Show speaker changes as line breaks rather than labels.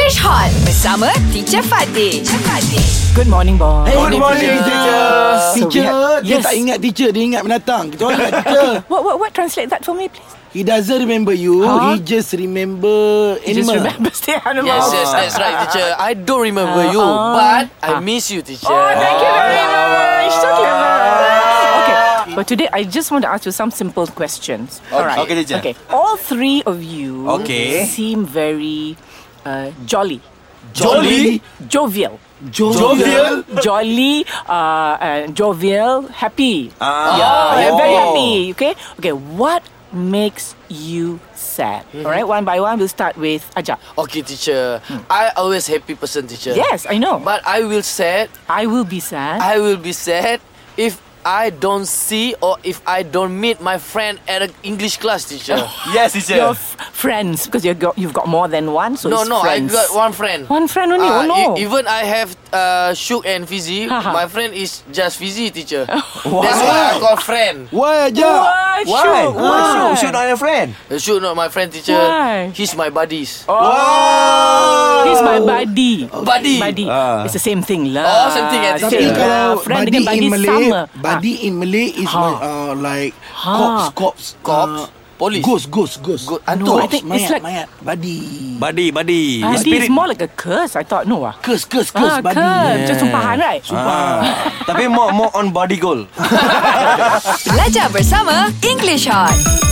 Fresh Hot bersama Teacher Fatih. Teacher Fatih.
Good morning, boss.
Hey, Good morning, teacher.
we
Teacher,
had-
dia
yes.
tak ingat teacher, dia ingat binatang. Kita orang ingat teacher.
What, what, what? Translate that for me, please.
He doesn't remember you.
Huh?
He just remember
Ha? Just
animal.
remember, stay animal.
Yes, yes, that's right, teacher. I don't remember
Uh,
you,
uh.
but I miss you, teacher.
Oh, thank you very much. So clever. Okay, but today I just want to ask you some simple questions. All right.
Okay, teacher.
Okay. All three of you
Okay.
seem very uh, jolly,
Jolly?
jovial,
Jovial?
jolly, uh, uh, jovial, happy.
Ah.
Yeah, yeah, very happy. Okay, okay. What makes you sad? All right, one by one. We'll start with Aja.
Okay, teacher. I always happy person, teacher.
Hmm. Yes, I know.
But I will sad.
I will be sad.
I will be sad if I don't see or if I don't meet my friend at an English class, teacher.
Yes, teacher.
Your f- friends, because you got, you've got more than one, so
no,
it's
no,
friends.
I got one friend.
One friend only.
Ah,
oh no. Ha,
e- even I have uh, Shuk and Fizi.
Haha.
My friend is just Fizi, teacher. That's why I call friend.
Why, Ajak?
Why?
Why?
Sure,
Why? You should not have friend.
Uh, Shuk not my friend, teacher.
Why?
He's my buddies.
Oh.
He's my buddy.
Buddy.
Buddy.
Ah.
It's the same thing lah.
Oh, same thing, I think.
Tapi
Teacher.
kalau
friend
buddy
dengan buddy
in Malay,
sama.
buddy in Malay is
Ha.
my, uh, like
Ha.
cops, cops,
Cops,
uh,
police.
Ghost, ghost, ghost.
Go-
No,
Cops,
I think it's
mayat,
like-
mayat, buddy.
Buddy, buddy.
Ah, buddy is
Spirit.
more like a curse. I thought no ah.
Curse, curse,
ah,
curse, buddy.
curse. Just sumpahan, right?
Ah. Tapi more more on body goal.
Belajar bersama English Hot.